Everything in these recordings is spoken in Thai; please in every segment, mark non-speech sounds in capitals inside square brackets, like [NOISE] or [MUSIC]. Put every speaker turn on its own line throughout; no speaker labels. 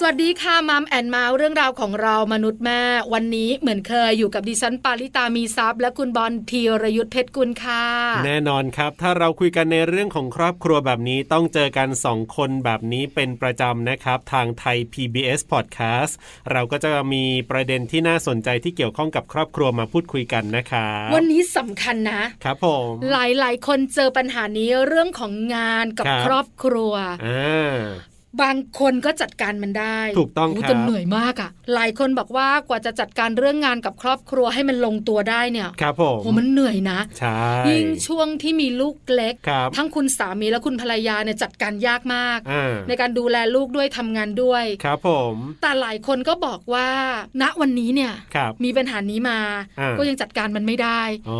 สวัสดีค่ะมัมแอนเมาส์เรื่องราวของเรามนุษย์แม่ วันนี้เหมือนเคยอยู่กับดิฉันปาริตามีซัพย์และคุณบอลธีรยุทธเพชรกุลค่ะ
แน่นอนครับ ถ้าเราคุยกันในเรื่องของครอบครัวแบบนี้ต้องเจอกัน 2 คนแบบนี้เป็นประจำนะครับ ทางไทย PBS Podcast เราก็จะมีประเด็นที่น่าสนใจที่เกี่ยวข้องกับครอบครัวมาพูดคุยกันนะครับ
วันนี้สำคัญนะ
ครับผม
หลายๆ คนเจอปัญหานี้เรื่องของงานกับ
ครับ
ครอบครัว
อ่า
บางคนก็จัดการมันได้
ถูกต้อง
โโห
ครับ
แต่เหนื่อยมากอะ่ะ หลายคนบอกว่ากว่าจะจัดการเรื่องงานกับครอบครัวให้มันลงตัวได้เนี่ย
ครับผ
โอ้
ม
โหมันเหนื่อยนะ
ใช่
ยิ่งช่วงที่มีลูกเล็ก
ครับ
ทั้งคุณสามีและคุณภรรยาเนี่ยจัดการยากมาก
อ่า
ในการดูแลลูกด้วยทำงานด้วย
ครับผม
แต่หลายคนก็บอกว่า ณวันนี้เนี่ย
ครับ
มีปัญหานี้มา
อ่า
ก็ยังจัดการมันไม่ได้
อ๋อ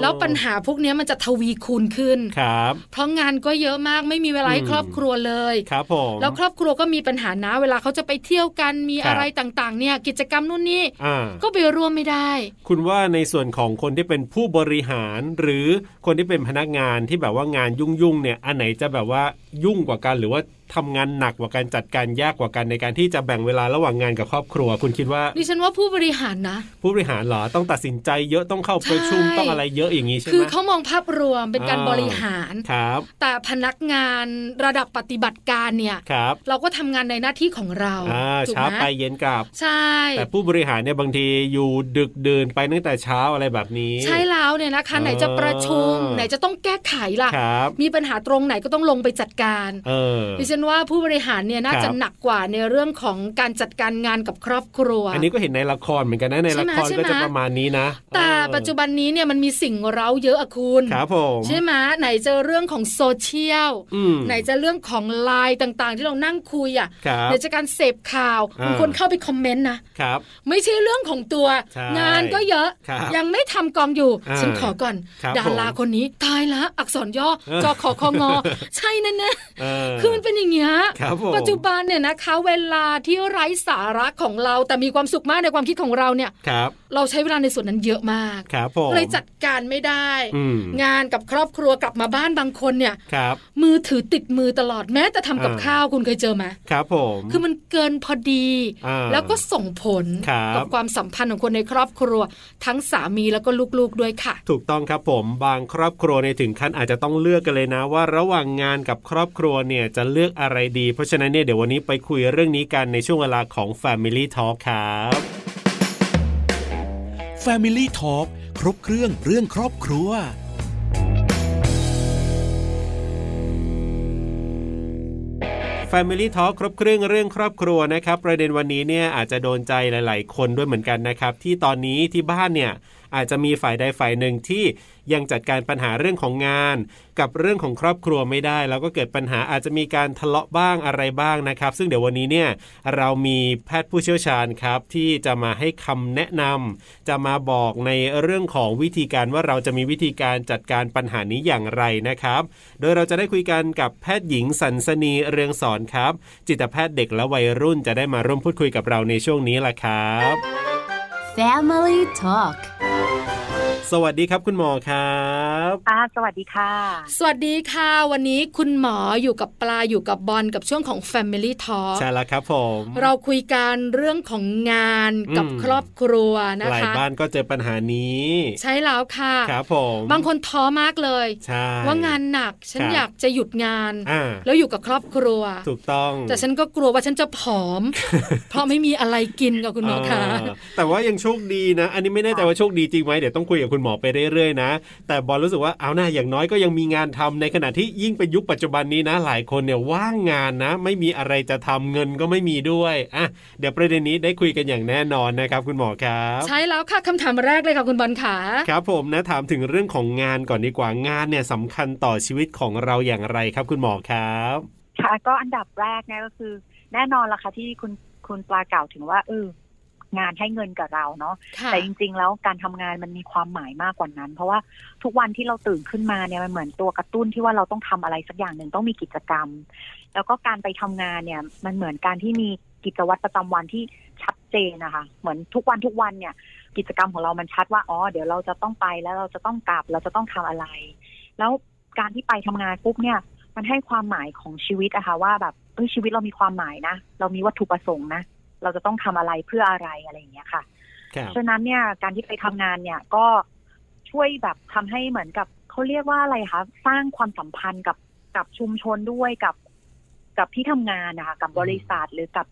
แล้วปัญหาพวกเนี้ยมันจะทวีคูณขึ้น
ครับ
เพราะงานก็เยอะมากไม่มีเวลาให้
อืม
ครอบครัวเลย
ครับผม
แล้วครอบครัวก็มีปัญหานะ เวลาเขาจะไปเที่ยวกันมี
ครับ
อะไรต่างๆ เนี่ยกิจกรรมนู่นนี่
อ่า
ก็ไปร่วมไม่ได้
คุณว่าในส่วนของคนที่เป็นผู้บริหารหรือคนที่เป็นพนักงานที่แบบว่างานยุ่งๆเนี่ยอันไหนจะแบบว่ายุ่งกว่ากันหรือว่าทำงานหนักกว่ากันจัดการยากกว่ากันในการที่จะแบ่งเวลาระหว่างงานกับครอบครัว คุณคิดว่า
ดิฉันว่าผู้บริหารนะ
ผู้บริหารเหรอต้องตัดสินใจเยอะต้องเข้าประชุม
ใช่
ต้องอะไรเยอะอย่างนี้ใช่
คื
ไห
อ
ม
เขามองภาพรวมเป็นการบริหาร
ครับ
แต่พนักงานระดับปฏิบัติการเนี่ย
ครับ
เราก็ทำงานในหน้าที่ของเรา
อ่า
ถูก
เช้า
ไหม
ไปเย็นกลับ
ใช่
แต่ผู้บริหารเนี่ยบางทีอยู่ดึกเดินไปตั้งแต่เช้าอะไรแบบนี้
ใช่แล้วเนี่ยนะคะ
เออ
ไหนจะประชุม ไหนจะต้องแก้ไขล่ะ
ครับ
มีปัญหาตรงไหนก็ต้องลงไปจัดการ
เออ
ดิฉันว่าผู้บริหารเนี่ยน่า
ครับ
จะหนักกว่าในเรื่องของการจัดการงานกับครอบครัว
อันนี้ก็เห็นในละครเหมือนกันนะใน
ใช่
ละ
ไหม
คร
ใช่ไหม
ก็จะประมาณนี้นะ
แต่
เออ
ปัจจุบันนี้เนี่ยมันมีสิ่งเร้าเยอะอะคุณ
ครับผม
ใช่ไหมไหนจะเรื่องของโซเชียล
อืม
ไหนจะเรื่องของไลน์ต่างๆ ที่เรานั่งคุยอะ
ครับ
ไหนจะการเสพข่าว
อ่า
บางคนเข้าไปคอมเมนต์นะ
ครับ
ไม่ใช่เรื่องของตัว
ใช่
งานก็เยอะ
ครับ
ยังไม่ทำกองอยู่
อ่า
ฉันขอก่อน
ครับ
ดารา
ผม
คนนี้ตายละอักษรย่อ
เออ
จอขอค
[LAUGHS]
องอ ใช่แน่แน่
เออ
ๆคือมันเป็นอย่างเงี้ย
ครับผม
ปัจจุบันเนี่ยนะคะ เวลาที่ไร้สาระของเราแต่มีความสุขมากในความคิดของเราเนี่ย
ครับ
เราใช้เวลาในส่วนนั้นเยอะมาก
ครับผม
เลยจัดการไม่ได้
อืม
งานกับครอบครัวกลับมาบ้านบางคนเนี่ย
ครับ
มือถือติดมือตลอดแม้แต่ทำกับ
อ่า
ข้าวคุณเคยเจอไหม
ครับผม
คือมันเกินพอดี
อ่า
แล้วก็ส่งผล
ครับ
กัความสัมพันธ์ของคนในครอบครัว ทั้งสามีแล้วก็ลูกๆด้วยค่ะ
ถูกต้องครับผมบางครอบครัวในยถึงขั้นอาจจะต้องเลือกกันเลยนะ ว่าระหว่างงานกับครอบครัวเนี่ยจะเลือกอะไรดี เพราะฉะนั้นเนี่ยเดี๋ยววันนี้ไปคุยเรื่องนี้กันในช่วงเวลาของ Family Talk ครับ
Family Talk ครบเครื่องเรื่องครอบครัว
Family Talk ครบเครื่องเรื่องครอบครัวนะครับประเด็นวันนี้เนี่ยอาจจะโดนใจหลาย ๆ คนด้วยเหมือนกันนะครับ ที่ตอนนี้ที่บ้านเนี่ยอาจจะมีฝ่ายใดฝ่ายหนึ่งที่ยังจัดการปัญหาเรื่องของงาน กับเรื่องของครอบครัวไม่ได้ แล้วก็เกิดปัญหาอาจจะมีการทะเลาะบ้างอะไรบ้างนะครับ ซึ่งเดี๋ยววันนี้เนี่ยเรามีแพทย์ผู้เชี่ยวชาญครับ ที่จะมาให้คำแนะนำจะมาบอกในเรื่องของวิธีการว่าเราจะมีวิธีการจัดการปัญหานี้อย่างไรนะครับ โดยเราจะได้คุยกันกับแพทย์หญิงสันสนีเรืองสอนครับ จิตแพทย์เด็กและวัยรุ่นจะได้มาร่วมพูดคุยกับเราในช่วงนี้ล่ะครับ
Family Talk
สวัสดีครับคุณหมอครับ
ค่ะสวัสดีค่ะ
สวัสดีค่ะ วันนี้คุณหมออยู่กับปลาอยู่กับบอลกับช่วงของ Family Talk
ใช่แล้วครับผม
เราคุยการเรื่องของงานกับ
อืม
ครอบครัวนะ
หลาย
คะ
บ้านก็เจอปัญหานี้
ใช่แล้วค่ะ
ครับผม
บางคนท้อมากเลย
ใช่
ว่างานหนักฉัน
ครับ
อยากจะหยุดงาน
อ่า
แล้วอยู่กับครอบครัว
ถูกต้อง
แต่ฉันก็กลัวว่าฉันจะผอ
[LAUGHS]
ม เพราะไม่มีอะไรกินกับคุณหมอค่ะ
เออแต่ว่ายังโชคดีนะ อันนี้ไม่แน่ใจว่าโชคดีจริงไหมเดี๋ยวต้องคุยกับคุณหมอไปเรื่อยๆนะ แต่บอลรู้สึกว่าเอาหน้าอย่างน้อยก็ยังมีงานทำในขณะที่ยิ่งเป็นยุคปัจจุบันนี้นะ หลายคนเนี่ยว่างงานนะ ไม่มีอะไรจะทำเงินก็ไม่มีด้วยอ่ะเดี๋ยวประเด็นนี้ได้คุยกันอย่างแน่นอนนะครับ คุณหมอครับ
ใช่แล้วค่ะคำถามแรกเลยค่ะคุณบอลขา
ครับผมนะถามถึงเรื่องของงานก่อนดีกว่างานเนี่ยสำคัญต่อชีวิตของเราอย่างไรครับ คุณหมอครับ
ค่ะ ก็อันดับแรกเนี่ยก็คือ แน่นอนละค่ะที่คุณคุณปลาเกล่าวถึงว่าเอองานให้เงินกับเราเนาะ
ค่ะ
แต่จริง ๆ แล้วการทำงานมันมีความหมายมากกว่านั้น เพราะว่าทุกวันที่เราตื่นขึ้นมาเนี่ยมันเหมือนตัวกระตุ้นที่ว่าเราต้องทำอะไรสักอย่างหนึ่งต้องมีกิจกรรม แล้วก็การไปทำงานเนี่ย มันเหมือนการที่มีกิจวัตรประจำวันที่ชัดเจนนะคะ เหมือนทุกวันทุกวันเนี่ย กิจกรรมของเรามันชัดว่าอ๋อเดี๋ยวเราจะต้องไปแล้วเราจะต้องกลับเราจะต้องทำอะไร แล้ว การที่ไปทำงานปุ๊บเนี่ย มันให้ความหมายของชีวิตอะค่ะว่าแบบเอ้ยชีวิตเรามีความหมายนะ เรามีวัตถุประสงค์นะ เราจะต้องทำอะไรเพื่ออะไรอะไรอย่างเงี้ยค่ะ
ครับ
ฉะนั้นเนี่ยการที่ไปทำงานเนี่ยก็ช่วยแบบทำให้เหมือนกับเขาเรียกว่าอะไรคะสร้างความสัมพันธ์กับกับชุมชนด้วยกับกับที่ทำงานนะคะกับบริษัทหรือกับ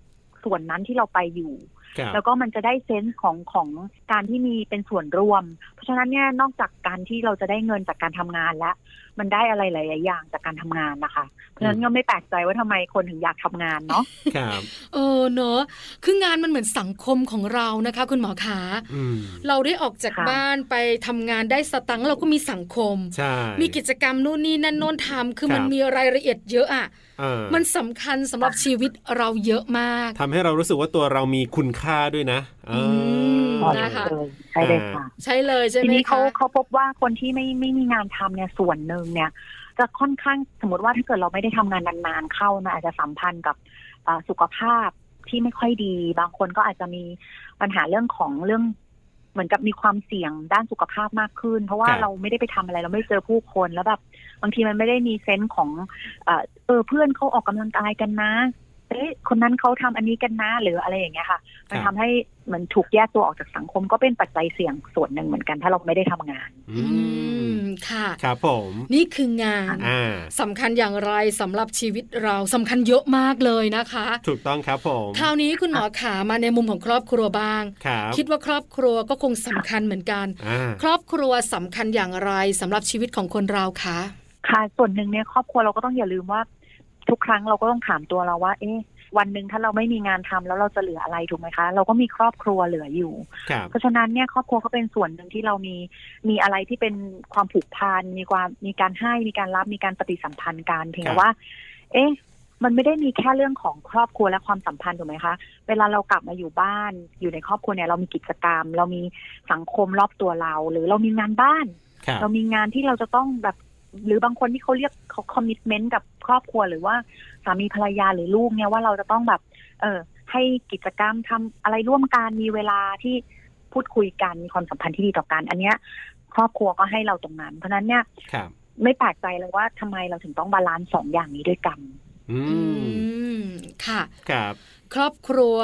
ส่วนนั้นที่เราไปอยู่
ครับ
แล้วก็มันจะได้เซนส์ของของการที่มีเป็นส่วนร่วม เพราะฉะนั้นเนี่ยนอกจากการที่เราจะได้เงินจากการทำงานแล้ว มันได้อะไรหลาย ๆ อย่างจากการทำงานนะคะ เพราะฉะนั้นก็ไม่แปลกใจว่าทำไมคนถึงอยากทำงานเนาะ
ครับ
เออเนอะคืองานมันเหมือนสังคมของเรานะคะ คุณหมอขา
อืม
เราได้ออกจาก
ค่ะ
บ้านไปทำงานได้สตังค์เราก็มีสังคม
ใช่
มีกิจกรรมนู่นนี่นั่นโน่นทำคือ
ครับ
มันมีรายละเอียดเยอะอ่ะ
เออ
มันสำคัญสำหรับชีวิตเราเยอะมาก
ทำให้เรารู้สึกว่าตัวเรามีคุณค่าด้วยนะเออ
ม
อ
นะคะ
ใช่เลยค่ะ
ใช่เลยใช่
ที
ไหม
นี้เขา
คะ
เขาพบว่าคนที่ไม่ไม่มีงานทำเนี่ยส่วนหนึ่งเนี่ย จะค่อนข้างสมมติว่าถ้าเกิดเราไม่ได้ทำงานนานๆเข้ามันอาจจะสัมพันธ์กับเอ่อสุขภาพที่ไม่ค่อยดี บางคนก็อาจจะมีปัญหาเรื่องของเรื่อง เหมือนกับมีความเสี่ยงด้านสุขภาพมากขึ้น เพราะว่า
ครับ
เราไม่ได้ไปทำอะไรเราไม่เจอผู้คนแล้วแบบบางทีมันไม่ได้มีเซนส์ของเอ่อเออเพื่อนเขาออกกำลังกายกันนะเอ๊ะคนนั้นเขาทำอันนี้กันนะหรืออะไรอย่างเงี้ยค่ะ มันทำให้เหมันถูกแยกตัวออกจากสังคมก็เป็นปัจจัยเสี่ยงส่วนหนึ่งเหมือนกัน ถ้าเราไม่ได้ทำงาน
อื
อื
ม
มค่ะ
ครับผม
นี่คืองาน
อ่า
สำคัญอย่างไรสำหรับชีวิตเราสำคัญเยอะมากเลยนะคะ
ถูกต้องครับผม
คราวนี้คุณหมอขามาในมุมของครอบครัวบ้าง
ครับ
คิดว่าครอบครัวก็คงสำคัญเหมือนกัน
อ่า
ครอบครัวสำคัญอย่างไรสำหรับชีวิตของคนเราคะ
ค่ะ ส่วนหนึ่งเนี่ยครอบครัวเราก็ต้องอย่าลืมว่า ทุกครั้งเราก็ต้องถามตัวเราว่า เอ๊ะวันหนึ่งถ้าเราไม่มีงานทำแล้วเราจะเหลืออะไรถูกไหมคะ เราก็มีครอบครัวเหลืออยู่
ครับ
เพราะฉะนั้นเนี่ยครอบครัวก็เป็นส่วนหนึ่งที่เรามีมีอะไรที่เป็นความผูกพันมีความมีการให้มีการรับมีการปฏิสัมพันธ์กันเพียงแต่ว่า เอ๊ะ มันไม่ได้มีแค่เรื่องของครอบครัวและความสัมพันธ์ถูกไหมคะ เวลาเรากลับมาอยู่บ้าน อยู่ในครอบครัวเนี่ยเรามีกิจกรรม เรามีสังคมรอบตัวเรา หรือเรามีงานบ้าน
ครับ
เรามีงานที่เราจะต้องแบบ หรือบางคนที่เขาเรียกเขาคอมมิชเมนต์กับครอบครัวหรือว่าสามีภรรยาหรือลูกเนี่ยว่าเราจะต้องแบบ เออให้กิจกรรมทำอะไรร่วมกันมีเวลาที่พูดคุยกันมีความสัมพันธ์ที่ดีต่อกันอันเนี้ย ครอบครัวก็ให้เราตรงนั้น เพราะฉะนั้นเนี่ย
ครับ
ไม่แปลกใจเลยว่าทำไมเราถึงต้องบาลานซ์สองอย่างนี้ด้วยกัน
อืม
มค่ะ
ครับ
ครอบครัว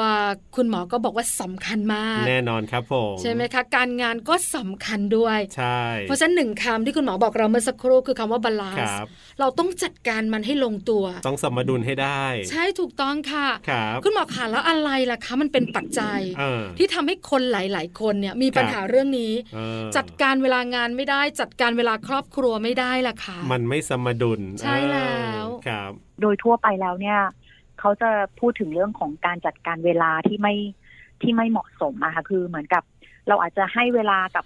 คุณหมอก็บอกว่าสำคัญมาก
แน่นอนครับผม
ใช่ไหมคะ การงานก็สำคัญด้วย
ใช่
เพราะฉะนั้นหนึ่งคำที่คุณหมอบอกเราเมื่อสักครู่คือคำว่าบาลาน
ค
ซ์
รับ
เราต้องจัดการมันให้ลงตัว
ต้องสมดุลให้ได้
ใช่ถูกต้องค่ะ
ครับ
คุณหมอขาแล้วอะไรล่ะคะ มันเป็นปัจจัย
เออ
ที่ทำให้คนหลาย ๆ คนเนี่ยมีปัญหา
ครับ
เรื่องนี้
เออ
จัดการเวลางานไม่ได้ จัดการเวลาครอบครัวไม่ได้ล่ะค่ะ
มันไม่สมดุล
ใช่แล้ว
เออครับ
โดยทั่วไปแล้วเนี่ยเขาจะพูดถึงเรื่องของการจัดการเวลาที่ไม่ที่ไม่เหมาะสมอะค่ะคือเหมือนกับเราอาจจะให้เวลากับ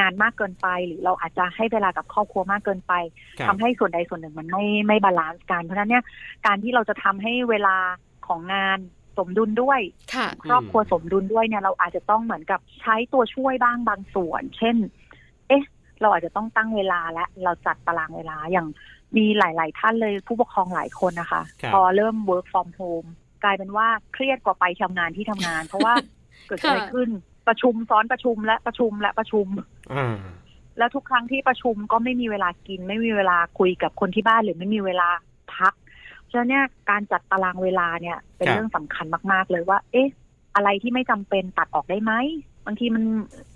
งานมากเกินไป หรือเราอาจจะให้เวลากับครอบครัวมากเกินไป
ครั
ทำ
บ
ให้ส่วนใดส่วนหนึ่งมันไม่ไม่บาลานซ์กันเพราะฉะนั้นเนี่ยการที่เราจะทำให้เวลาของงานสมดุลด้วย
ค่ะ
ครอบครัวสมดุลด้วยเนี่ยเราอาจจะต้องเหมือนกับใช้ตัวช่วยบ้างบางส่วน เช่น เอ๊ะ เราอาจจะต้องตั้งเวลาและเราจัดตารางเวลาอย่างมีหลาย ๆ ท่านเลยผู้ปกครองหลายคนนะคะ
ครับ
พอเริ่ม work from home กลายเป็นว่าเครียดกว่าไปทำงานที่ทำงาน เพราะว่าเกิดอะไร
ค่ะ
ขึ้นประชุมซ้อนประชุมและประชุมและประชุม
อ่า
แล้วทุกครั้งที่ประชุมก็ไม่มีเวลากิน ไม่มีเวลาคุยกับคนที่บ้านหรือไม่มีเวลาพักเพราะฉะนั้นเนี่ยการจัดตารางเวลาเนี่ย เป็นเรื่องสำคัญมากๆ เลยว่า เอ๊ะ อะไรที่ไม่จำเป็นตัดออกได้ไหมบางทีมัน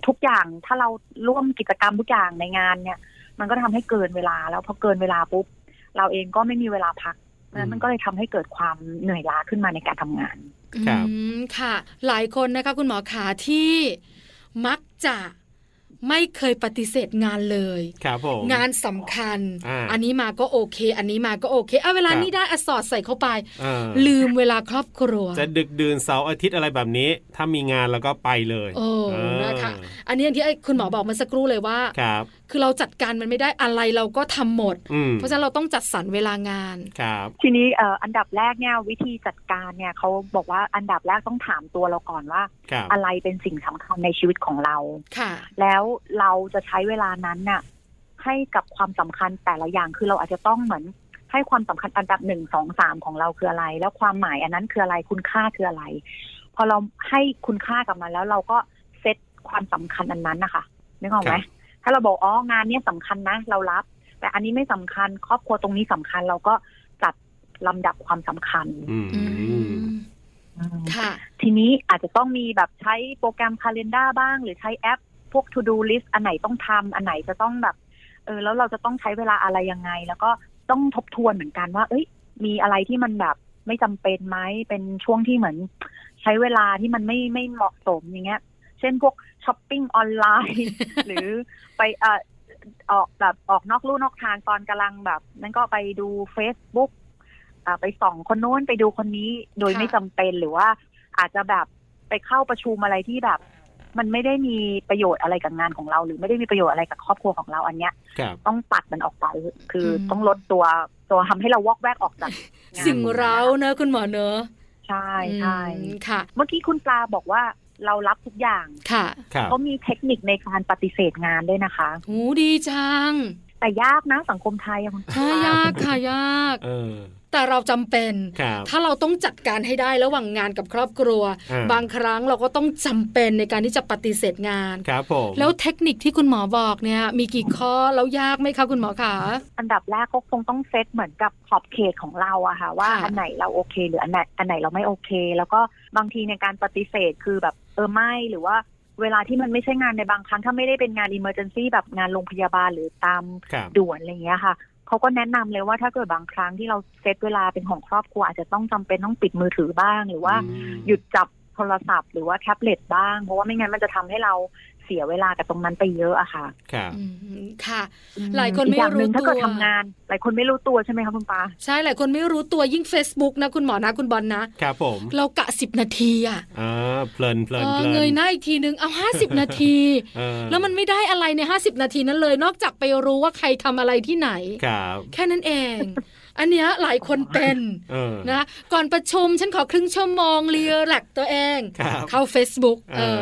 ทุกอย่างถ้าเราร่วมกิจกรรมทุกอย่างในงานเนี่ย มันก็ทำให้เกินเวลาแล้วพอเกินเวลาปุ๊บเราเองก็ไม่มีเวลาพักเพราะฉะนั้นมันก็เลยทำให้เกิดความเหนื่อยล้าขึ้นมาในการทำงาน
ครับ
อืมค่ะ หลายคนนะคะ คุณหมอขาที่มักจะไม่เคยปฏิเสธงานเลย
ครับผม
งานสำคัญ
อ่าน
นี้มาก็โอเค อันนี้มาก็โอเคเอาเวลา
ครับ
นี้ได้อะสอดใส่เข้าไป
เออ
ลืมเวลาครอบครัว
จะดึกดื่นเสาร์อาทิตย์อะไรแบบนี้ ถ้ามีงานแล้วก็ไปเลย
โอ้
เออ
นะคะ อันนี้อย่างที่ไอ้คุณหมอบอกเมาสักครู่เลยว่า
ครับ
คือเราจัดการมันไม่ได้อะไรเราก็ทำหมด
อืม
เพราะฉะนั้นเราต้องจัดสรรเวลางาน
ครับ
ทีนี้เอ่ออันดับแรกเนี่ยวิธีจัดการเนี่ยเขาบอกว่าอันดับแรกต้องถามตัวเราก่อนว่า
ครับ
อะไรเป็นสิ่งสำคัญในชีวิตของเรา
ค่ะ
แล้วเราจะใช้เวลานั้นน่ะ ให้กับความสำคัญแต่ละอย่างคือเราอาจจะต้องเหมือน ให้ความสำคัญอันดับหนึ่งสองสามของเราคืออะไร แล้วความหมายอันนั้นคืออะไรคุณค่าคืออะไร พอเราให้คุณค่ากับมันแล้วเราก็เซตความสำคัญอันนั้นนะคะนึกออกไหม
ครับ
ถ้าเราบอกอ๋องานเนี้ยสำคัญนะ เรารับ แต่อันนี้ไม่สำคัญ ครอบครัวตรงนี้สำคัญ เราก็จัดลำดับความสำคัญ
อืม
อืม
อืม
ค่ะ
ทีนี้อาจจะต้องมีแบบใช้โปรแกรมคาล endar บ้าง หรือใช้แอป พวก to do list อันไหนต้องทำอันไหนจะต้องแบบเออแล้วเราจะต้องใช้เวลาอะไรยังไง แล้วก็ต้องทบทวนเหมือนกันว่า เอ้ย มีอะไรที่มันแบบไม่จำเป็นไหมเป็นช่วงที่เหมือน ใช้เวลาที่มันไม่ไม่เหมาะสมอย่างเงี้ย เช่นพวกช้อปปิ้งออนไลน์ [LAUGHS] หรือไปเอ่อออกแบบออกนอกลู่นอกทางตอนกำลังแบบ นั่นก็ไปดู Facebook อ่าไปส่องคนโน้นไปดูคนนี้โดย
ค่ะ
ไม่จำเป็นหรือว่า อาจจะแบบไปเข้าประชุมอะไรที่แบบ มันไม่ได้มีประโยชน์อะไรกับงานของเรา หรือไม่ได้มีประโยชน์อะไรกับครอบครัวของเราอันเนี้ย
ครับ
ต้องตัดมันออกไป คืออ
ม
ต้องลดตัวตัวทำให้เราวอกแวกออกจากงาน
สิ่งเร้าเนอะคุณหมอเนอะ
ใช่ใช่
อืมค่ะ
เมื่อกี้คุณปลาบอกว่าเรารับทุกอย่าง
ค่ะ
ครับ
ก็มีเทคนิคในการปฏิเสธงานด้วยนะคะ
หูดีจัง
แต่ยากนะสังคมไทยอะคุณ
ค่ะย [LAUGHS] ากค่ะยาก
เออ
แต่เราจำเป็น
ครับ
ถ้าเราต้องจัดการให้ได้ระหว่างงานกับครอบครัว
อ่
บางครั้งเราก็ต้องจำเป็นในการที่จะปฏิเสธงาน
ครับผม
แล้วเทคนิคที่คุณหมอบอกเนี่ย มีกี่ข้อแล้วยากไหมคะคุณหมอคะ
อันดับแรกก็คงต้องเซตเหมือนกับขอบเขตของเราอะค่ะ ว่า
ค่ะ
อันไหนเราโอเค หรืออันไหนอันไหนเราไม่โอเค แล้วก็บางทีในการปฏิเสธคือแบบเออไม่หรือว่าเวลาที่มันไม่ใช่งานในบางครั้ง ถ้าไม่ได้เป็นงานอิมเมอร์เจนซีแบบงานโรงพยาบาลหรือตาม
ครับ
ด่วนอะไรอย่างเงี้ยค่ะ เขาก็แนะนำเลยว่าถ้าเกิดบางครั้งที่เราเซตเวลาเป็นของครอบครัว อาจจะต้องจำเป็นต้องปิดมือถือบ้าง หรือว่า
อืม
หยุดจับโทรศัพท์หรือว่าแท็บเล็ตบ้าง เพราะว่าไม่งั้นมันจะทำให้เราเสียเวลากับตรงนั้นไปเยอะอะค่ะ
ครับ
อืมค่ะ
อืม
หลายคนไม่
อีกอย่างหนึ่ง
รู้ตัว
ถ้าเกิดทำงาน หลายคนไม่รู้ตัวใช่ไหมคะคุณปา
ใช่หลายคนไม่รู้ตัวยิ่ง Facebook นะคุณหมอนะคุณบอลนะครับ
ผม
เรากะ 10 นาทีอะ
อ่าเพลินเพลิน
เออ
เพลิน
เงยหน้าอีกทีนึงเอา50 นาที
เออ
แล้วมันไม่ได้อะไรใน 50 นาทีนั้นเลย นอกจากไปรู้ว่าใครทำอะไรที่ไหน
ครับ
แค่นั้นเอง อันเนี้ยหลายคนเป็น
เออ
นะก่อนประชุมฉันขอครึ่งชั่วโมงเรียแลกซ์ตัวเอง
ครับ
เข้า Facebook
เอ
เออ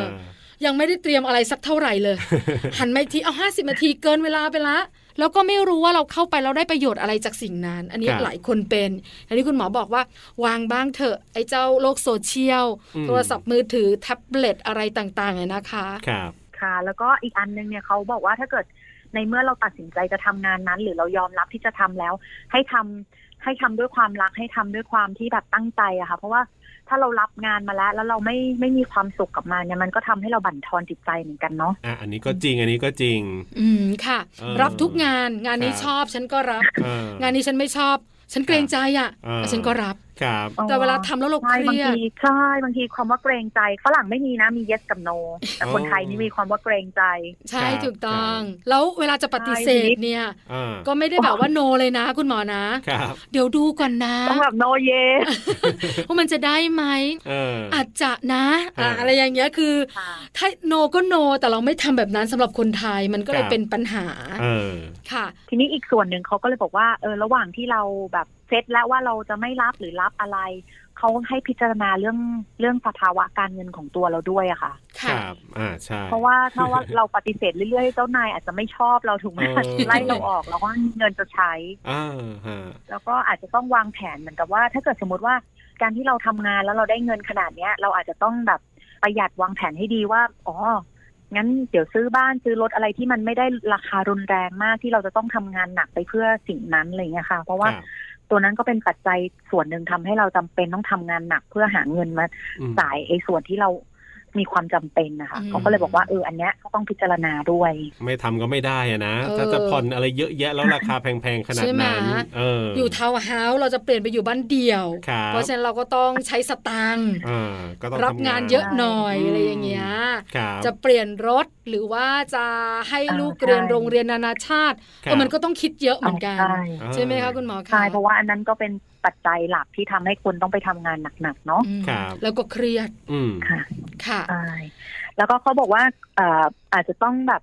อ
ยังไม่ได้เตรียมอะไรสักเท่าไหร่เลย
[LAUGHS]
หันมาอีกทีเอา 50นาทีเกินเวลาไปละ แล้วก็ไม่รู้ว่าเราเข้าไปเราได้ประโยชน์อะไรจากสิ่งนั้น อันนี้
ครับ
หลายคนเป็นอันนี้คุณหมอบอกว่าวางบ้างเถอะไอ้เจ้าโลกโซเชียล
อืม
โทรศัพท์มือถือแท็บเล็ตอะไรต่างๆเนี่ยนะคะ
ครับ
ค่ะ แล้วก็อีกอันหนึงเนี่ยเขาบอกว่าถ้าเกิดในเมื่อเราตัดสินใจจะทำงานนั้น หรือเรายอมรับที่จะทำแล้ว ให้ทำให้ทำด้วยความรักให้ทำด้วยความที่แบบตั้งใจอะค่ะ เพราะว่าถ้าเรารับงานมาแล้ว แล้วเราไม่ไม่มีความสุขกับมันเนี่ยมันก็ทำให้เราบั่นทอนจิตใจเหมือนกันเนาะ
อ่ะอันนี้ก็จริงอันนี้ก็จริง
อืมค่ะ
เออ
รับทุกงานงานนี้
ครับ
ชอบฉันก็รับ
เออ
งานนี้ฉันไม่ชอบ ฉันเกรงใจอ่ะ
เออ
แต่ฉันก็รับ
ครับ
แต่เวลาทำแล้วเราเค
ใช่บาง
รียด
ทีใช่บางทีความว่าเกรงใจฝรั่งไม่มีนะมี yes กับ no แต่คน
อ๋อ
ไทยนี่มีความว่าเกรงใจ
ใช่
ครับ
ถูกต้อง
ครั
แล้วเวลาจะปฏิเสธเนี่ย
อ่า
ก็ไม่ได้แบบว่าโนเลยนะ คุณหมอนะ
ครับ
เดี๋ยวดูก่อนนะ
ต้องแบบ no yes
ว่ามันจะได้ไหม
เออ
อาจจะนะอ่ะ
เอออ
อะไรอย่างเงี้ยคือ
ค่ะ
ถ้าโนก็โน แต่เราไม่ทำแบบนั้นสำหรับคนไทยมันก็เลย
ครับ
เป็นปัญหา
เออ
ค่ะ
ทีนี้อีกส่วนหนึ่งเขาก็เลยบอกว่าเออระหว่างที่เราแบบเซตแล้วว่าเราจะไม่รับหรือรับอะไร เขาให้พิจารณาเรื่องเรื่องสภาวะการเงินของตัวเราด้วยอะค่ะ
ค
ค่ะ
รับ อ่าใช่
เพราะว่าถ้าว่าเราปฏิเสธเรื่อยๆเจ้านายอาจจะไม่ชอบเราถูกไหม
เออ
ไล่เราออกแล้วก็เงินจะใช้
อ่าฮะ
แล้วก็อาจจะต้องวางแผนเหมือนกับว่า ถ้าเกิดสมมติว่าการที่เราทำงานแล้วเราได้เงินขนาดเนี้ย เราอาจจะต้องแบบประหยัดวางแผนให้ดีว่าอ๋องั้นเดี๋ยวซื้อบ้านซื้อรถอะไรที่มันไม่ได้ราคารุนแรงมากที่เราจะต้องทำงานหนักไปเพื่อสิ่งนั้นอะไรเงี้ยค่ะ เพราะว่า
ครับ
ตัวนั้นก็เป็นปัจจัยส่วนหนึ่งทำให้เราจำเป็นต้องทำงานหนักเพื่อหาเงินมา
อืม
จ่ายไอ้ส่วนที่เรามีความจำเป็นนะคะ
อืม
เขาก็เลยบอกว่าเอออันเนี้ยก็ต้องพิจารณาด้วย
ไม่ทำก็ไม่ได้อะนะ
เออ
ถ้าจะผ่อนอะไรเยอะแยะแล้วราคาแพงๆ ขนาด
ใช่ไหม
นั้น เออ
อ
อยู่
ทาวน์เฮาส์เราจะเปลี่ยนไปอยู่บ้านเดี่ยว
ครับ
เพราะฉะนั้นเราก็ต้องใช้สตางค์
อ่าก็ต้อง
รับ
ทำ
งานเยอะหน่อยอะไรอย่างเงี้ย
ครับ
จะเปลี่ยนรถหรือว่าจะให้
อ่า
ลูกเรียน
ใช่
โรงเรียนนานาชาติ
ครั
เอบ อมันก็ต้องคิดเยอะเหมือนกัน
ใช่
อ่า
ใช่ไหมคะคุณหมอคะ
ใช่เพราะว่าอันนั้นก็เป็นปัจจัยหลักที่ทำให้คนต้องไปทำงานหนักๆเนาะ
อืม
ครับ
แล้วก็เครียด
อืม
ค่ะ
ค่ะ
ใช่แล้วก็เขาบอกว่าเอ่ออาจจะต้องแบบ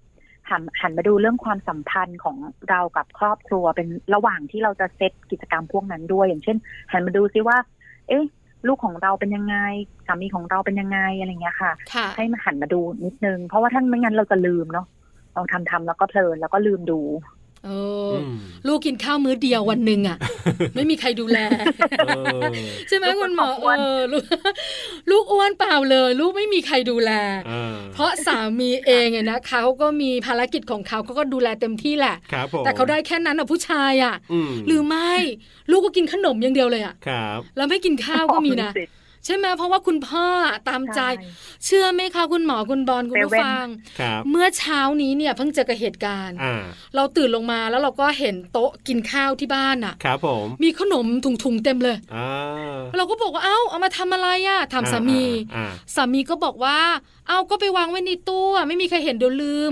หันหันมาดูเรื่องความสัมพันธ์ของเรากับครอบครัวเป็นระหว่างที่เราจะเซตกิจกรรมพวกนั้นด้วย อย่างเช่น หันมาดูซิว่า เอ๊ะ ลูกของเราเป็นยังไงสามีของเราเป็นยังไงอะไรอย่างเงี้ยค่ะ
ค่ะ
ให้มาหันมาดูนิดนึง เพราะว่าถ้าไม่งั้นเราจะลืมเนาะเราทำทำแล้วก็เพลินแล้วก็ลืมดู
เอออ
อืม
ลูกกินข้าวมื้อเดียววันหนึ่ง
[LAUGHS]
อ่ะ ไม่มีใครดูแล
เออ
ใช่ไหม
ลูก
คุณหมอ
เป็นคนอ้
เอ
ว
อ
น
ลูก [LAUGHS] ลูกอ้วนเปล่าเลย ลูกไม่มีใครดูแล
อ่า
เพราะสามีเองเนี่ยนะเขาก็มีภารกิจของเขาเขาก็ดูแลเต็มที่แหละ
ครับผม
แต่เขาได้แค่นั้นอ่ะผู้ชายอ่ะ
อืม
หรือไม่ ลูกก็กินขนมอย่างเดียวเลยอ่ะ
ครับ
แล้วไม่กินข้าวก็มีนะ [LAUGHS] ใช่ไหมเพราะว่าคุณพ่อตามใจ
ใช่
เชื่อไหมคะคุณหมอคุณบอลคุณผู้
เซเว่น
ฟัง
ครับ
เมื่อเช้านี้เนี่ยเพิ่งเจอกับเหตุการณ์
อ่า
เราตื่นลงมาแล้วเราก็เห็นโต๊ะกินข้าวที่บ้านอ่ะ
ครับผม
มีขนมถุงๆเต็มเลย
อ่า
เราก็บอกว่าเอ้าเอามาทำอะไรอ่ะถามสามี
อ่า
สามีก็บอกว่า เอาก็ไปวางไว้ในตู้อะไม่มีใครเห็นเดี๋ยวลืม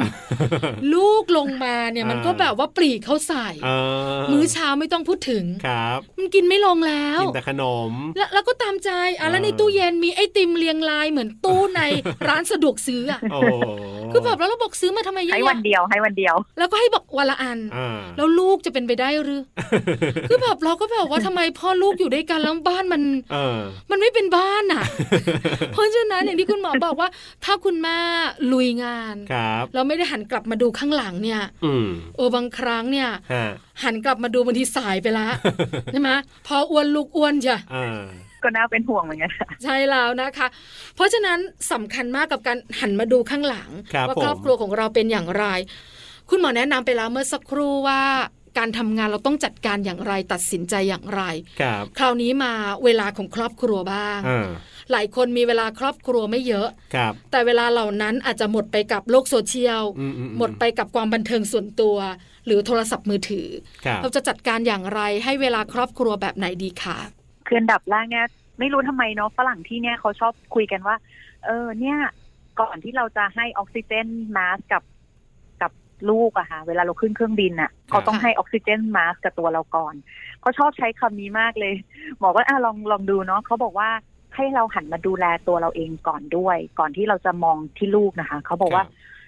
ลูกลงมาเนี่ยมันก็แบบว่าปรีเข้าใส่
อ่า
มื้อเช้าไม่ต้องพูดถึง
ครับ
มันกินไม่ลงแล้ว
กินแต่ขนม
แล้วแล้วก็ตามใจอ่ะแล้วใน
เออ
ตู้เย็นมีไอติมเรียงรายเหมือนตู้ใน ร้านสะดวกซื้ออ่ะ
โอ้
คือแบบแล้วเราบอกซื้อมาทำไมเย
ให้
อะ
วัน
แยะ
เดียวให้วันเดียว
แล้วก็ให้บอกวันละอัน
อ่า
แล้วลูกจะเป็นไปได้หรือ คือแบบเราก็แบบว่าทำไมพ่อลูกอยู่ด้วยกันแล้วบ้านมัน
เออ
มันไม่เป็นบ้านอ่ะ เพราะฉะนั้นอย่างที่คุณหมอบอกว่า ถ้าคุณแม่ลุยงาน
ครับ
แล้วไม่ได้หันกลับมาดูข้างหลังเนี่ย
อืม
เออบางครั้งเนี่ย
ฮะ
หันกลับมาดูบางทีสายไปละ ใช่ไหมพออ้วนลูกอ้วนจ้ะ
[LAUGHS] อ่า
ก็น่าเป็นห่วงเหมือนกัน
ใช่แล้วนะคะ เพราะฉะนั้นสำคัญมากกับการหันมาดูข้างหลัง
ครับ
ว่า
ผม
ครอบครัวของเราเป็นอย่างไร คุณหมอแนะนำไปแล้วเมื่อสักครู่ว่าการทำงานเราต้องจัดการอย่างไรตัดสินใจอย่างไร
ครับ
คราวนี้มาเวลาของครอบครัวบ้าง
อ่า
หลายคนมีเวลาครอบครัวไม่เยอะ
ครับ
แต่เวลาเหล่านั้นอาจจะหมดไปกับโลกโซเชียล
อืมอืมอืม
หมดไปกับความบันเทิงส่วนตัว หรือโทรศัพท์มือถือ
ครับ
เราจะจัดการอย่างไรให้เวลาครอบครัวแบบไหนดีคะ
คืออันดับแรกเนี่ยไม่รู้ทำไมเนาะฝรั่งที่เนี่ยเขาชอบคุยกันว่า เออเนี่ย ก่อนที่เราจะให้ออกซิเจนมาสก์กับกับลูกอะค่ะเวลาเราขึ้นเครื่องบินอะเขาต้องให้ออกซิเจนมาสก์กับตัวเราก่อนเขาชอบใช้คำนี้มากเลย หมอก็อ่ะลองลองดูเนาะเขาบอกว่าให้เราหันมาดูแลตัวเราเองก่อนด้วย ก่อนที่เราจะมองที่ลูกนะคะเขาบอกว่า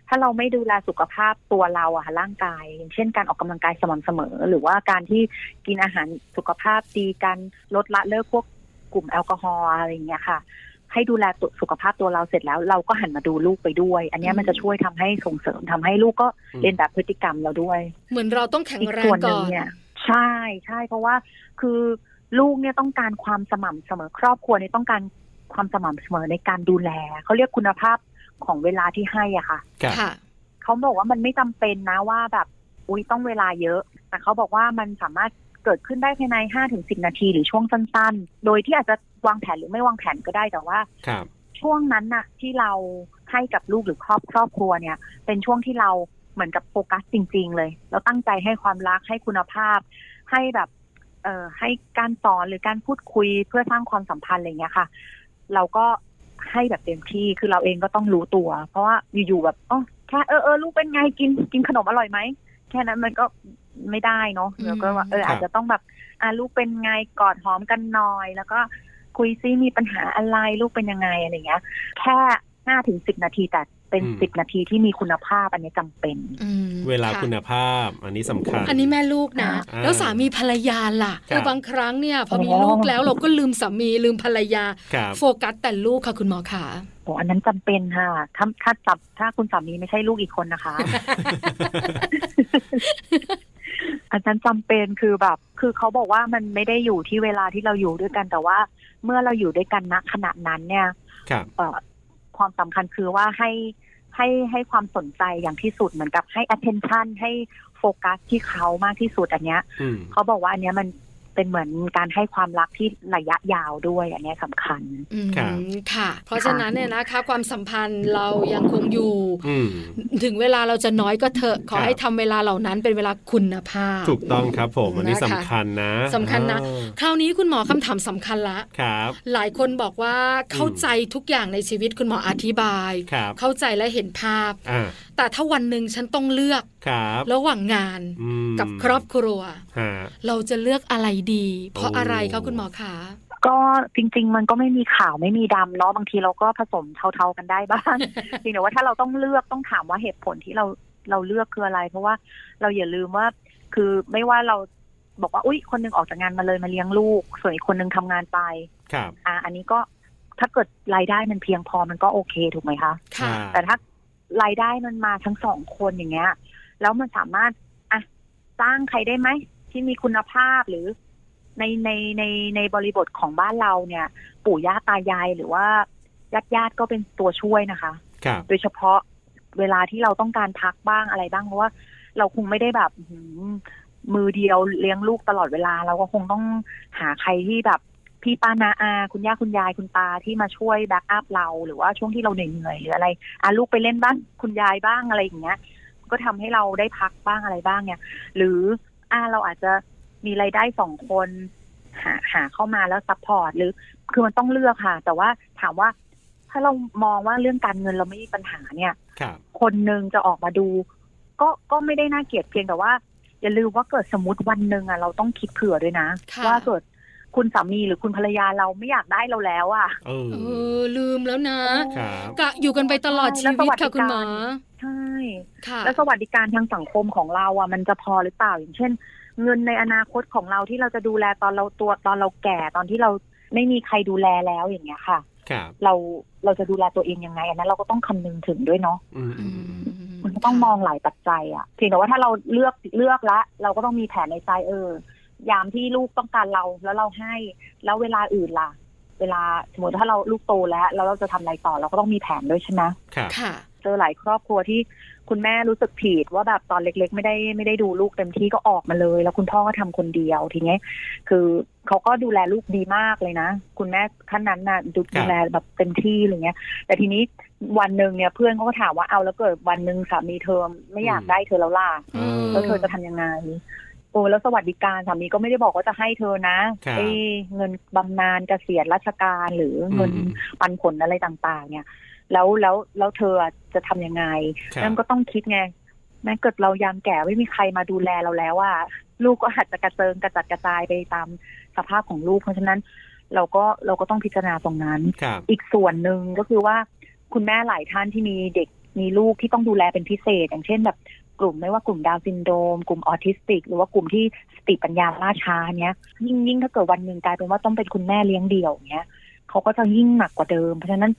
ถ้าเราไม่ดูแลสุขภาพตัวเราอะค่ะร่างกาย อย่างเช่นการออกกำลังกายสม่ำเสมอ หรือว่าการที่กินอาหารสุขภาพดีการลดละเลิกพวกกลุ่มแอลกอฮอล์อะไรอย่างเงี้ยค่ะ ให้ดูแลตัวสุขภาพตัวเราเสร็จแล้ว เราก็หันมาดูลูกไปด้วย อันเนี้ยมันจะช่วยทำให้ส่งเสริมทำให้ลูกก็เรียนแบบพฤติกรรมเราด้วย
เหมือนเราต้องแข็ง
อีก
แร
ส่
ง
วนห
ก่
นึ่ง
อน
เนี่ยใช่ใช่เพราะว่าคือลูกเนี่ยต้องการความสม่ำเสมอครอบครัวเนี่ยต้องการความสม่ำเสมอในการดูแลเขาเรียกคุณภาพของเวลาที่ให้อ่ะค่ะ
ครับ
ค่ะ
เขาบอกว่ามันไม่จำเป็นนะว่าแบบอุ้ยต้องเวลาเยอะ แต่เขาบอกว่ามันสามารถเกิดขึ้นได้ภายใน 5-10 นาทีหรือช่วงสั้นๆ โดยที่อาจจะวางแผนหรือไม่วางแผนก็ได้แต่ว่า
ครับ
ช่วงนั้นน่ะ ที่เราให้กับลูกหรือครอบครอบครัวเนี่ย เป็นช่วงที่เราเหมือนกับโฟกัสจริง ๆ เลย เราตั้งใจให้ความรักให้คุณภาพ ให้แบบเอ่อให้การสอนหรือการพูดคุยเพื่อสร้างความสัมพันธ์อะไรอย่างเงี้ยค่ะ เราก็ให้แบบเต็มที่คือเราเองก็ต้องรู้ตัว เพราะว่าอยู่ๆแบบอ๋อแค่เออเออลูกเป็นไงกินกินขนมอร่อยไหมแค่นั้นมันก็ไม่ได้เนาะแล้วก็ว่าเออ
ครับ
อาจจะต้องแบบอ่ะลูกเป็นไงกอดหอมกันหน่อยแล้วก็ คุยซิมีปัญหาอะไรลูกเป็นยังไงอะไรเงี้ย แค่ห้าถึงสิบนาทีแต่เป็น
อืม
สิบนาทีที่มีคุณภาพอันนี้จำเป็น
อืม
เวลา
ะ
คุณภาพ อันนี้สำคัญ
อันนี้แม่ลูกนะ
อ่า
แล้วสามีภรรยาล่ะ
ครับ
คือบางครั้งเนี่ยพอมี
อ๋อ
ลูกแล้วเราก็ลืมสามีลืมภรรยา
ครับ
โฟกัสแต่ลูกค่ะคุณหมอขา
โอ้อันนั้นจำเป็นค่ะถ้าถ้าจับถ้าคุณสามีไม่ใช่ลูกอีกคนนะคะ
[LAUGHS]
อันนั้นจำเป็นคือแบบ คือเขาบอกว่ามันไม่ได้อยู่ที่เวลาที่เราอยู่ด้วยกัน แต่ว่าเมื่อเราอยู่ด้วยกันณขณะนั้นเนี่ย
[LAUGHS] ครับ
เอ่อความสำคัญคือว่าให้ให้ให้ความสนใจอย่างที่สุดเหมือนกับให้ attention ให้โฟกัสที่เขามากที่สุดอันเนี้ย
อืม
เขาบอกว่าอันเนี้ยมันเป็นเหมือนการให้ความรักที่ระยะยาวด้วยอันเนี้ยสำคัญ
อืม
ครับ
ค่ะ เพราะฉะนั้นเนี่ยนะคะความสัมพันธ์เรายังคงอยู่
อืม
ถึงเวลาเราจะน้อยก็เถอะขอ
ครับ
ให้ทำเวลาเหล่านั้นเป็นเวลาคุณภาพ
ถูกต้องครับผม อันนี้
นะคะ
สำคัญนะ
สำคัญนะ
อ่า
คราวนี้คุณหมอคำถามสำคัญละ
ครับ
หลายคนบอกว่าเข้าใจทุกอย่างในชีวิตคุณหมออธิบาย
ครับ
เข้าใจและเห็นภาพ
อ่า
แต่ถ้าวันหนึ่งฉันต้องเลือก
ครับ
ระหว่างงาน
อืม
กับครอบครัว
ฮะ
เราจะเลือกอะไรดี เพราะ
โอ้
อะไรคะคุณหมอขา
ก็จริง ๆ มันก็ไม่มีขาวไม่มีดำเนาะบางทีเราก็ผสมเทาๆกันได้บ้าง จริงแต่ว่าถ้าเราต้องเลือกต้องถามว่าเหตุผลที่เราเราเลือกคืออะไร เพราะว่าเราอย่าลืมว่า คือไม่ว่าเราบอกว่าอุ้ยคนหนึงออกจากงานมาเลยมาเลี้ยงลูก ส่วนอีกคนหนึงทำงานไป
ครับ
อ่าอันนี้ก็ถ้าเกิดรายได้มันเพียงพอมันก็โอเคถูกไหมคะ
ค่ะ
อ่า
แต่ถ้ารายได้มันมาทั้งสองคนอย่างเงี้ย แล้วมันสามารถอ่ะจ้างใครได้ไหม ที่มีคุณภาพหรือในในในในบริบทของบ้านเราเนี่ย ปู่ย่าตายายหรือว่าญาติญาติๆก็เป็นตัวช่วยนะคะ
ครับ
โดยเฉพาะเวลาที่เราต้องการพักบ้างอะไรบ้างเพราะว่าเราคงไม่ได้แบบอื้อหือมือเดียวเลี้ยงลูกตลอดเวลา เราก็คงต้องหาใครที่แบบพี่ป้านาอา คุณย่าคุณยายคุณตาที่มาช่วยแบ็กอัพเราหรือว่าช่วงที่เราเหนื่อยๆหรืออะไรอ่ะลูกไปเล่นบ้างคุณยายบ้างอะไรอย่างเงี้ย ก็ทำให้เราได้พักบ้างอะไรบ้างเนี่ย หรืออ่าเราอาจจะมีรายได้สองคนหาหาเข้ามาแล้วซัพพอร์ตหรือคือมันต้องเลือกค่ะ แต่ว่าถามว่าถ้าเรามองว่าเรื่องการเงินเราไม่มีปัญหาเนี่ย
ครับ
คนหนึ่งจะออกมาดู ก็ก็ไม่ได้น่าเกลียดเพียงแต่ว่า อย่าลืมว่าเกิดสมมติวันหนึ่งอ่ะเราต้องคิดเผื่อด้วยนะ
ค่ะ
ว่าเกิดคุณสามีหรือคุณภรรยาเราไม่อยากได้เราแล้วอ่ะ
เออ
เออลืมแล้วนะครับ กะอยู่กันไปตลอดชีวิตค่ะคุณหมอ
ใช่
ค่ะ
แล้วสวัสดิการทางสังคมของเราอ่ะมันจะพอหรือเปล่าอย่างเช่น เงินในอนาคตของเราที่เราจะดูแลตอนเราตัวตอนเราแก่ตอนที่เราไม่มีใครดูแลแล้วอย่างเงี้ยค่ะ
ครับ
เราเราจะดูแลตัวเองยังไงอันนั้นเราก็ต้องคำนึงถึงด้วยเนาะ
อืม
อื
อืม
ม
อืม
มันก็ต้องมองหลายปัจจัยอ่ะเพียงแต่ว่าถ้าเราเลือกเลือกละเราก็ต้องมีแผนในใจเออ ยามที่ลูกต้องการเราแล้วเราให้ แล้วเวลาอื่นล่ะ เวลาสมมติถ้าเราลูกโตแล้วแล้วเราจะทำอะไรต่อเราก็ต้องมีแผนด้วยใช่ไหม
ครับ
ค่ะ
เจอหลายครอบครัวที่คุณแม่รู้สึกผิดว่าแบบตอนเล็ก ๆ ไม่ได้ไม่ได้ดูลูกเต็มที่ก็ออกมาเลย แล้วคุณพ่อก็ทำคนเดียวทีเนี้ยคือเขาก็ดูแลลูกดีมากเลยนะ คุณแม่ขั้นนั้นน่ะดูดูแลแบบเต็มที่อะไรเงี้ย แต่ทีนี้วันหนึ่งเนี่ยเพื่อนเขาก็ถามว่าเอาแล้วเกิดวันหนึ่งสามีเธอไม่อยากได้เธอแล้วล่ะ
เออ
แล้วเธอจะทำยังไงโอ้แล้วสวัสดิการสามีก็ไม่ได้บอกว่าจะให้เธอนะครับ เอ้ยเงินบำนาญเกษียณราชการหรือเงิน ปันผลอะไรต่าง ๆ เนี่ย แล้วแล้วแล้วเธอจะทำยังไง
ครับ
นั่นก็ต้องคิดไงแม้เกิดเรายามแก่ไม่มีใครมาดูแลเราแล้วว่า ลูกก็อาจจะกระเจิงกระจัดกระจายไปตามสภาพของลูก เพราะฉะนั้นเราก็เราก็ต้องพิจารณาตรงนั้น
ครับ
อีกส่วนหนึ่งก็คือว่าคุณแม่หลายท่านที่มีเด็กมีลูกที่ต้องดูแลเป็นพิเศษ อย่างเช่นแบบกลุ่มไม่ว่ากลุ่มดาวน์ซินโดรมกลุ่มออทิสติก หรือว่ากลุ่มที่สติปัญญาล่าช้าเนี้ย ยิ่งยิ่งถ้าเกิดวันหนึ่งกลายเป็นว่าต้องเป็นคุณแม่เลี้ยงเดี่ยวเนี้ยเขาก็จะยิ่งหนักกว่าเดิม เพราะฉะนั้น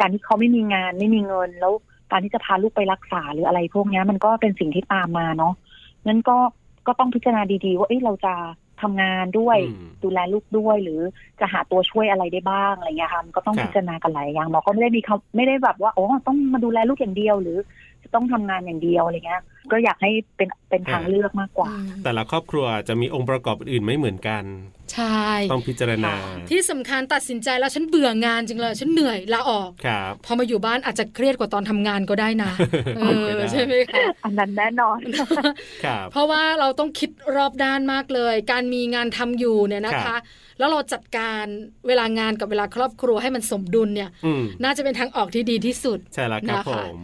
การที่เขาไม่มีงานไม่มีเงิน แล้วการที่จะพาลูกไปรักษาหรืออะไรพวกเนี้ยมันก็เป็นสิ่งที่ตามมาเนาะงั้นก็ก็ต้องพิจารณาดีๆ ว่าเอ้ยเราจะทำงานด้วย
อืม
ดูแลลูกด้วยหรือจะหาตัวช่วยอะไรได้บ้างอะไรเงี้ยค่ะมันก็ต้อง
ครับ
พิจารณากันหลายอย่างหมอก็ไม่ได้มีคำไม่ได้แบบว่าโอ้ต้องมาดูแลลูกอย่างเดียว หรือจะต้องทำงานอย่างเดียวอะไรเงี้ย ก็อยากให้เป็นเป็นทางเลือกมากกว่า
แต่ละครอบครัวจะมีองค์ประกอบอื่นไม่เหมือนกัน
ใช่
ต้องพิจารณา
ที่สำคัญตัดสินใจแล้วฉันเบื่องานจริงเลย ฉันเหนื่อยลาออก
ครับ
พอมาอยู่บ้านอาจจะเครียดกว่าตอนทำงานก็ได้นะเออใช่ไหมคะ
อันนั้นแน่นอน
ครับ
เพราะว่าเราต้องคิดรอบด้านมากเลย การมีงานทำอยู่เนี่ยนะ
ครั
คะ
บ
แล้วเราจัดการเวลางานกับเวลาครอบครัวให้มันสมดุลเนี่ย
อืม
น่าจะเป็นทางออกที่ดีที่สุด
ใช่แล้วครับ
นะคะ
ผม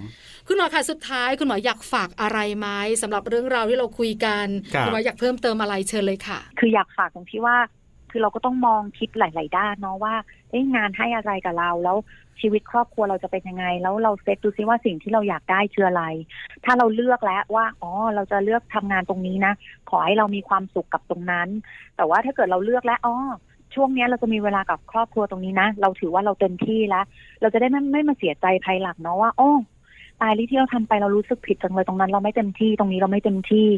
คุณหมอคะสุดท้ายคุณหมออยากฝากอะไรไหมสำหรับเรื่องราวที่เราคุยกัน
ครับ
ณหมออยากเพิ่มเติมอะไรเชิญเลยค่ะ
คืออยากฝากตรงที่ว่า คือเราก็ต้องมองคิดหลาย ๆ ด้านเนาะว่าเอ้ยงานให้อะไรกับเรา แล้วชีวิตครอบครัวเราจะเป็นยังไง แล้วเราเซตดูซิว่าสิ่งที่เราอยากได้คืออะไร ถ้าเราเลือกแล้วว่าอ๋อเราจะเลือกทำงานตรงนี้นะ ขอให้เรามีความสุขกับตรงนั้น แต่ว่าถ้าเกิดเราเลือกแล้วอ๋อช่วงเนี้ยเราจะมีเวลากับครอบครัวตรงนี้นะ เราถือว่าเราเต็มที่แล้ว เราจะได้ไม่ไม่มาเสียใจภายหลังเนาะว่าอ๋อตายที่เราทำไปเรารู้สึกผิดจังเลยตรงนั้น เราไม่เต็มที่ตรงนี้เราไม่เต็มที่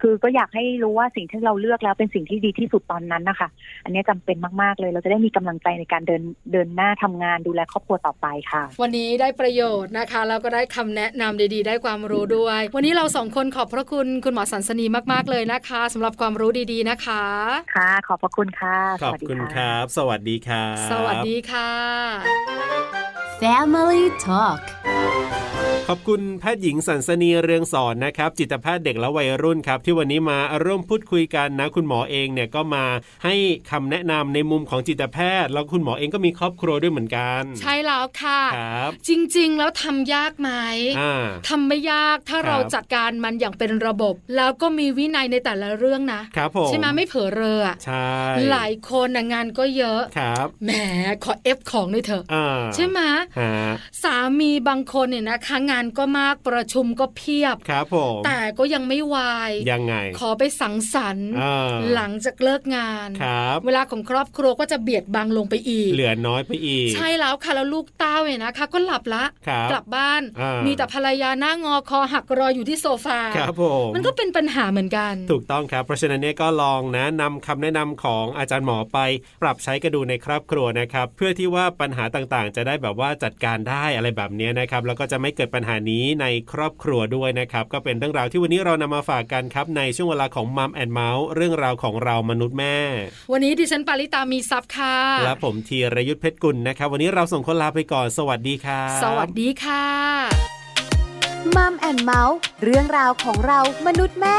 คือก็อยากให้รู้ว่าสิ่งที่เราเลือกแล้วเป็นสิ่งที่ดีที่สุดตอนนั้นนะคะ อันนี้จำเป็นมาก ๆ เลย เราจะได้มีกำลังใจในการเดินเดินหน้าทำงานดูแลครอบครัวต่อไปค่ะ
วันนี้ได้ประโยชน์นะคะแล้วก็ได้คำแนะนำดีๆ ได้ความรู้ด้วย วันนี้เราสองคนขอบพระคุณคุณหมอสันสนีมากๆเลยนะคะสำหรับความรู้ดีๆนะคะ
ค่ะ ขอบพระคุณค่ะ
ขอบคุณครับ สวัสดีครับ
สวัสดีค่ะ
Family Talk
ขอบคุณแพทย์หญิงสันสนีเรืองสอนนะครับ จิตแพทย์เด็กและวัยรุ่นครับ ที่วันนี้มาร่วมพูดคุยกันนะ คุณหมอเองเนี่ยก็มาให้คำแนะนำในมุมของจิตแพทย์ แล้วคุณหมอเองก็มีครอบครัวด้วยเหมือนกัน
ใช่แล้วค่ะ
ครับ
จริงๆ แล้วทำยากไหม
อ่า
ทำไม่ยากถ้า
ครับ
เราจัดการมันอย่างเป็นระบบ แล้วก็มีวินัยในแต่ละเรื่องนะ
ครับผม
ใช่ไหมไม่เผลอเรออะ
ใช่
หลายคนนะงานก็เยอะ
ครับ
แหมขอเอฟของด้วยเถอะ
อ่า
ใช่ไหม
ฮะ
สามีบางคนเนี่ยนะคะ งานก็มากประชุมก็เพียบ
ครับผม
แต่ก็ยังไม่วาย
ยังไง
ขอไปสังสรรค์
อ่า
หลังจากเลิกงาน
ครับ
เวลาของครอบครัวก็จะเบียดบังลงไปอีก
เหลือน้อยไปอีก
ใช่แล้วค่ะ แล้วลูกเต้าเนี่ยนะคะ ก็หลับละ
ครับ
กลับบ้าน
อ่ามี
มีแต่ภรรยาหน้างอคอหักรออยู่ที่โซฟา
ครับผม
มันก็เป็นปัญหาเหมือนกัน
ถูกต้องครับ เพราะฉะนั้นเนี่ยก็ลองนะนำคำแนะนำของอาจารย์หมอไป ปรับใช้กันดูในครอบครัวนะครับ เพื่อที่ว่าปัญหาต่างๆ จะได้แบบว่าจัดการได้อะไรแบบเนี้ยนะครับ แล้วก็จะไม่เกิดปัญหานี้ในครอบครัวด้วยนะครับ ก็เป็นเรื่องราวที่วันนี้เรานำมาฝากกันครับ ในช่วงเวลาของมัมแอนเมาส์เรื่องราวของเรามนุษย์แม่
วันนี้ดิฉันปาริตามีซับค่ะ
และผมธีรยุทธเพชรกุลนะครับ วันนี้เราส่งคนลาไปก่อนสวัสดีครับ
สวัสดีค่ะ
มัมแอนเมาส์เรื่องราวของเรามนุษย์แม่